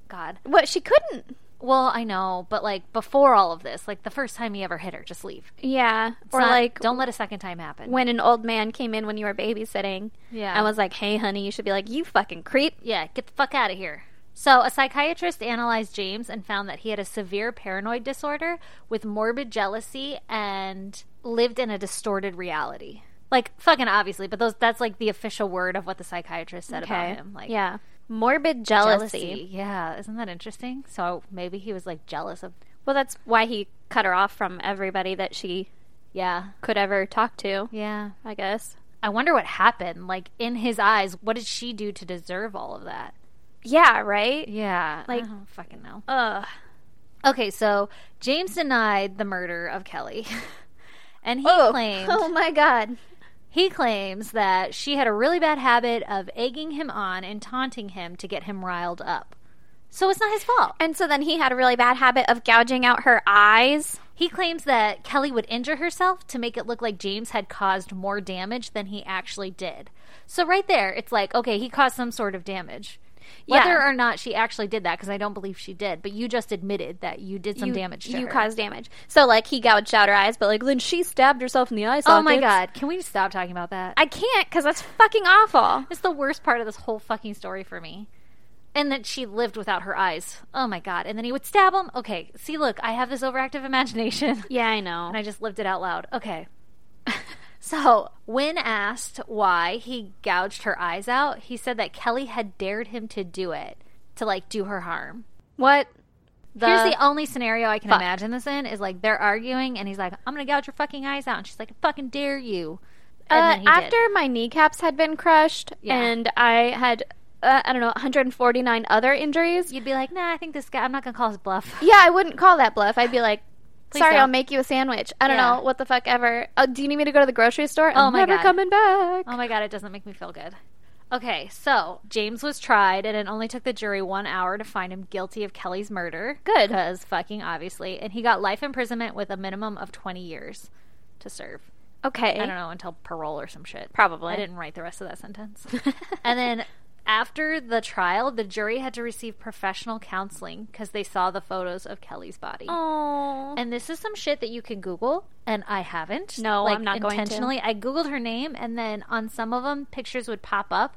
god.
What she couldn't.
Well, I know, but like before all of this, like the first time he ever hit her, just leave.
Yeah, or
Not-
like
don't let a second time happen.
when an old man came in when you were babysitting.
yeah,
I was like, "Hey, honey, you should be like, you fucking creep."
Yeah, get the fuck out of here. So, a psychiatrist analyzed James and found that he had a severe paranoid disorder with morbid jealousy and lived in a distorted reality. Like fucking obviously, but those that's like the official word of what the psychiatrist said about him. Like
yeah, morbid jealousy.
Yeah, isn't that interesting? So maybe he was like jealous of
Well, that's why he cut her off from everybody that she
Yeah.
could ever talk to.
Yeah.
I guess.
I wonder what happened. Like in his eyes, what did she do to deserve all of that?
Yeah. Right.
Yeah.
Like-
I don't fucking know.
Ugh.
Okay, so James denied the murder of Kelly. and he
Oh.
claimed
Oh my god.
he claims that she had a really bad habit of egging him on and taunting him to get him riled up. So it's not his fault.
And so then he had a really bad habit of gouging out her eyes.
He claims that Kelly would injure herself to make it look like James had caused more damage than he actually did. So right there, it's like, okay, he caused some sort of damage.
Yeah.
Whether or not she actually did that, because I don't believe she did, but you just admitted that you did some
you,
damage to
you
her.
caused damage. So like he gouged out her eyes, but like then she stabbed herself in the eye socket.
oh my god, can we stop talking about that?
I can't because that's fucking awful.
It's the worst part of this whole fucking story for me. And that she lived without her eyes. Oh my god. And then he would stab him. Okay, see, look, I have this overactive imagination.
Yeah, I know.
And I just lived it out loud. Okay. so, when asked why he gouged her eyes out, he said that Kelly had dared him to do it, to like do her harm.
what? The,
Here's the only scenario I can imagine this in is like they're arguing and he's like, I'm gonna gouge your fucking eyes out. And she's like, I fucking dare you. And
uh,
then he did.
after my kneecaps had been crushed
Yeah.
and I had uh, I don't know 149 other injuries.
You'd be like, nah, I think this guy, I'm not gonna call his bluff.
yeah, I wouldn't call that bluff. I'd be like.
Please
Sorry,
don't."
I'll make you a sandwich. I don't
Yeah.
know what the fuck ever. Oh, do you need me to go to the grocery store? I'm
Oh my
never
God.
coming back.
Oh my god, it doesn't make me feel good. Okay, so James was tried, and it only took the jury one hour to find him guilty of Kelly's murder. Good. Because fucking obviously. And he got life imprisonment with a minimum of 20 years to serve.
Okay.
I don't know until parole or some shit.
Probably.
I didn't write the rest of that sentence. and then after the trial, the jury had to receive professional counseling because they saw the photos of Kelly's body.
Oh.
And this is some shit that you can Google, and I haven't.
No, I'm not going to.
intentionally. I Googled her name, and then on some of them, pictures would pop up,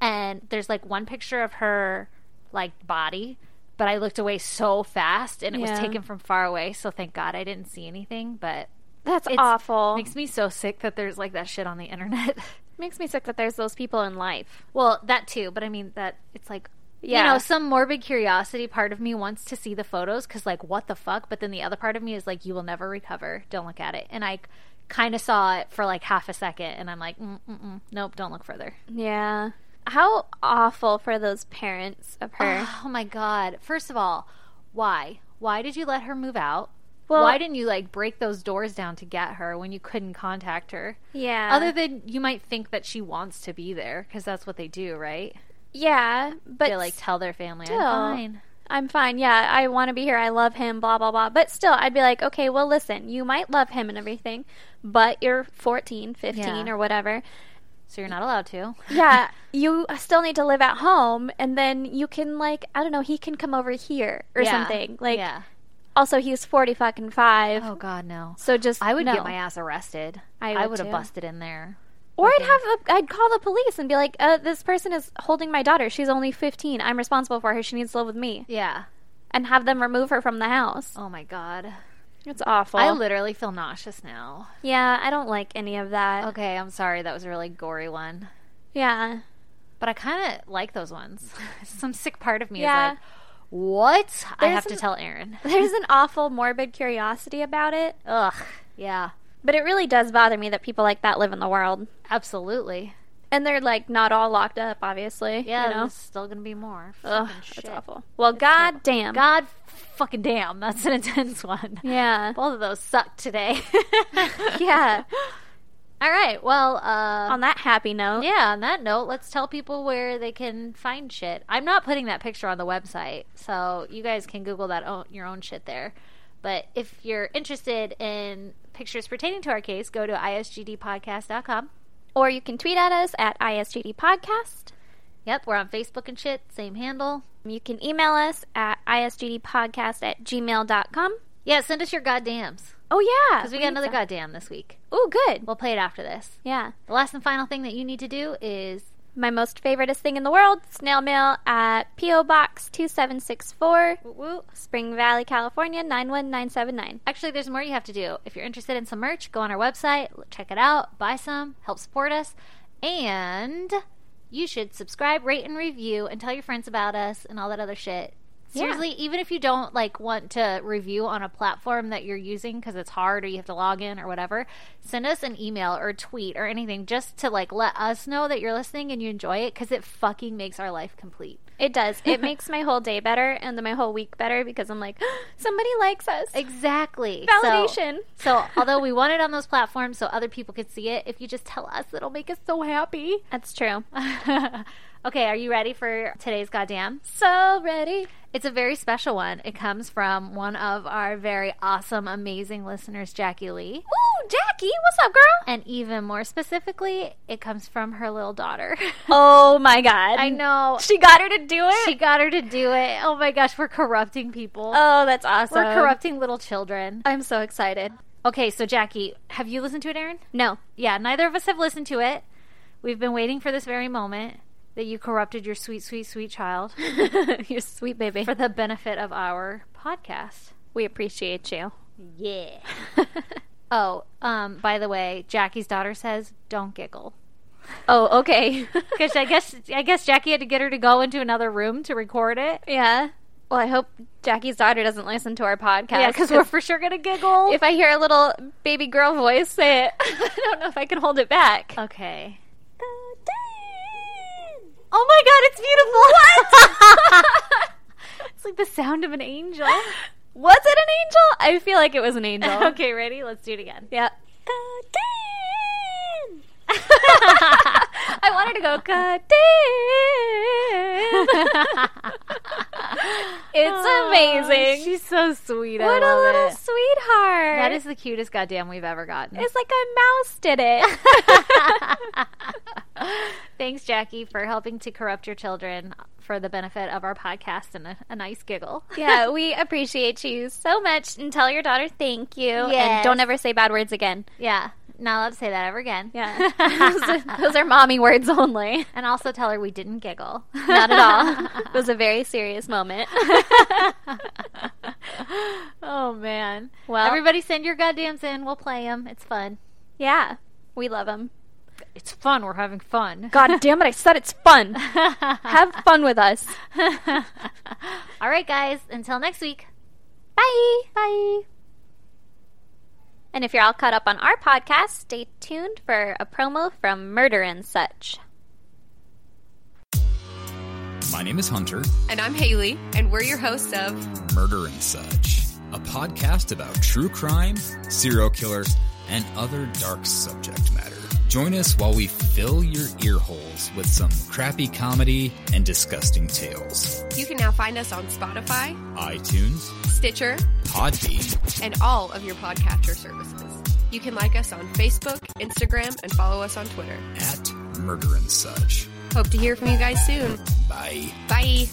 and there's like one picture of her like body, but I looked away so fast, and it
Yeah.
was taken from far away. So thank God I didn't see anything, but
That's
it's
awful. Makes,
Makes me so sick that there's like that shit on the internet.
me sick that there's those people in life.
well, that too, but I mean that it's like
Yeah.
you know, some morbid curiosity part of me wants to see the photos cuz like what the fuck, but then the other part of me is like you will never recover. Don't look at it. And I kind of saw it for like half a second and I'm like mm, mm, mm, nope, don't look further.
yeah. How awful for those parents of her.
Oh my god. First of all, why? Why did you let her move out?
Well-
why didn't you like break those doors down to get her when you couldn't contact her?
yeah.
Other than you might think that she wants to be there because that's what they do, right?
yeah, but
They like tell their family,
still-
I'm fine.
I'm fine. Yeah, I want to be here. I love him, blah, blah, blah. But still, I'd be like, okay, well, listen, you might love him and everything, but you're 14, 15,
Yeah.
or whatever.
So you're not allowed to.
Yeah, you still need to live at home, and then you can, like, I don't know, he can come over here or
Yeah.
something. Like,
yeah.
also, he's 40 fucking five.
Oh God, no.
So just
I would
no.
get my ass arrested.
I
I
would
would,
too.
have busted in there.
Or I'd have a, I'd call the police and be like, uh, "This person is holding my daughter. She's only 15. I'm responsible for her. She needs to live with me."
Yeah.
And have them remove her from the house.
Oh my God.
It's awful.
I literally feel nauseous now.
yeah, I don't like any of that.
Okay, I'm sorry. That was a really gory one,
Yeah.
but I kind of like those ones. Some sick part of me
Yeah.
is like, what? I
There's
have to
an-
tell Aaron.
There's an awful morbid curiosity about it,
Ugh. Yeah.
but it really does bother me that people like that live in the world.
Absolutely.
And they're like not all locked up, obviously.
Yeah.
You know?
There's still gonna be more.
Ugh,
Fucking shit.
that's awful. Well, god damn.
God fucking damn. That's an intense one.
Yeah.
Both of those suck today.
yeah.
All right. Well, uh,
On that happy note.
yeah, on that note, let's tell people where they can find shit. I'm not putting that picture on the website, so you guys can Google that own, your own shit there. But if you're interested in pictures pertaining to our case, go to isgdpodcast.com.
Or you can tweet at us at ISGD Podcast.
Yep, we're on Facebook and shit, same handle.
You can email us at isgdpodcast at gmail.com.
Yeah, send us your goddams.
Oh, yeah.
Because we got another goddamn this week.
Oh, good.
We'll play it after this.
Yeah.
The last and final thing that you need to do is
My most favoriteest thing in the world snail mail at P.O. Box 2764, Spring Valley, California 91979.
Actually, there's more you have to do. If you're interested in some merch, go on our website, l- check it out, buy some, help support us, and you should subscribe, rate, and review, and tell your friends about us and all that other shit. Seriously, even if you don't like want to review on a platform that you're using because it's hard or you have to log in or whatever, send us an email or tweet or anything just to like let us know that you're listening and you enjoy it because it fucking makes our life complete.
It does. It makes my whole day better and then my whole week better because I'm like, somebody likes us.
Exactly. So-
Validation.
So, although we want it on those platforms so other people could see it, if you just tell us, it'll make us so happy.
That's true.
okay, are you ready for today's goddamn?
So ready.
It's a very special one. It comes from one of our very awesome, amazing listeners, Jackie Lee.
Ooh, Jackie, what's up, girl?
And even more specifically, it comes from her little daughter.
Oh my god.
I know.
She got her to do it.
She got her to do it. Oh my gosh, we're corrupting people.
oh, that's awesome.
we're corrupting little children.
I'm so excited.
Okay, so Jackie, have you listened to it, Aaron?
No.
Yeah, neither of us have listened to it. We've been waiting for this very moment that you corrupted your sweet, sweet, sweet child
You're sweet baby.
for the benefit of our podcast.
we appreciate you.
Yeah. oh, um, by the way, Jackie's daughter says, "Don't giggle,"
Oh, okay.
because I guess I guess Jackie had to get her to go into another room to record it.
yeah. Well, I hope Jackie's daughter doesn't listen to our podcast.
Yeah, because we're for sure gonna giggle.
if I hear a little baby girl voice say it, I don't know if I can hold it back.
okay. Oh my god, it's beautiful! What? it's like the sound of an angel.
Was it an angel? I feel like it was an angel.
okay, ready? Let's do it again.
Yeah.
I
I wanted to go, God damn. it's amazing.
She's so sweet.
what
I
a
Oh, love
little
it.
sweetheart.
That is the cutest goddamn we've ever gotten.
It's like a mouse did it.
Thanks, Jackie, for helping to corrupt your children for the benefit of our podcast and a, a nice giggle.
yeah, we appreciate you so much and tell your daughter thank you. And
Yes.
don't ever say bad words again.
Yeah, not allowed to say that ever again.
Yeah. those, are, those are mommy words only.
And also tell her we didn't giggle.
Not at all. It was a very serious moment.
oh man.
Well-
everybody send your goddams in. We'll play them. It's fun.
yeah. We love them.
It's fun. We're having fun.
God damn it, I said it's fun. Have fun with us.
all right, guys. Until next week.
Bye. Bye. And if you're all caught up on our podcast, stay tuned for a promo from Murder and Such.
My name is Hunter,
And I'm Haley, and we're your hosts of
Murder and Such, a podcast about true crime, serial killers, and other dark subject matter. Join us while we fill your ear holes with some crappy comedy and disgusting tales.
You can now find us on Spotify,
iTunes,
Stitcher,
Podbean,
and all of your podcatcher services. You can like us on Facebook, Instagram, and follow us on Twitter.
at Murder and Such.
Hope to hear from you guys soon.
Bye.
Bye.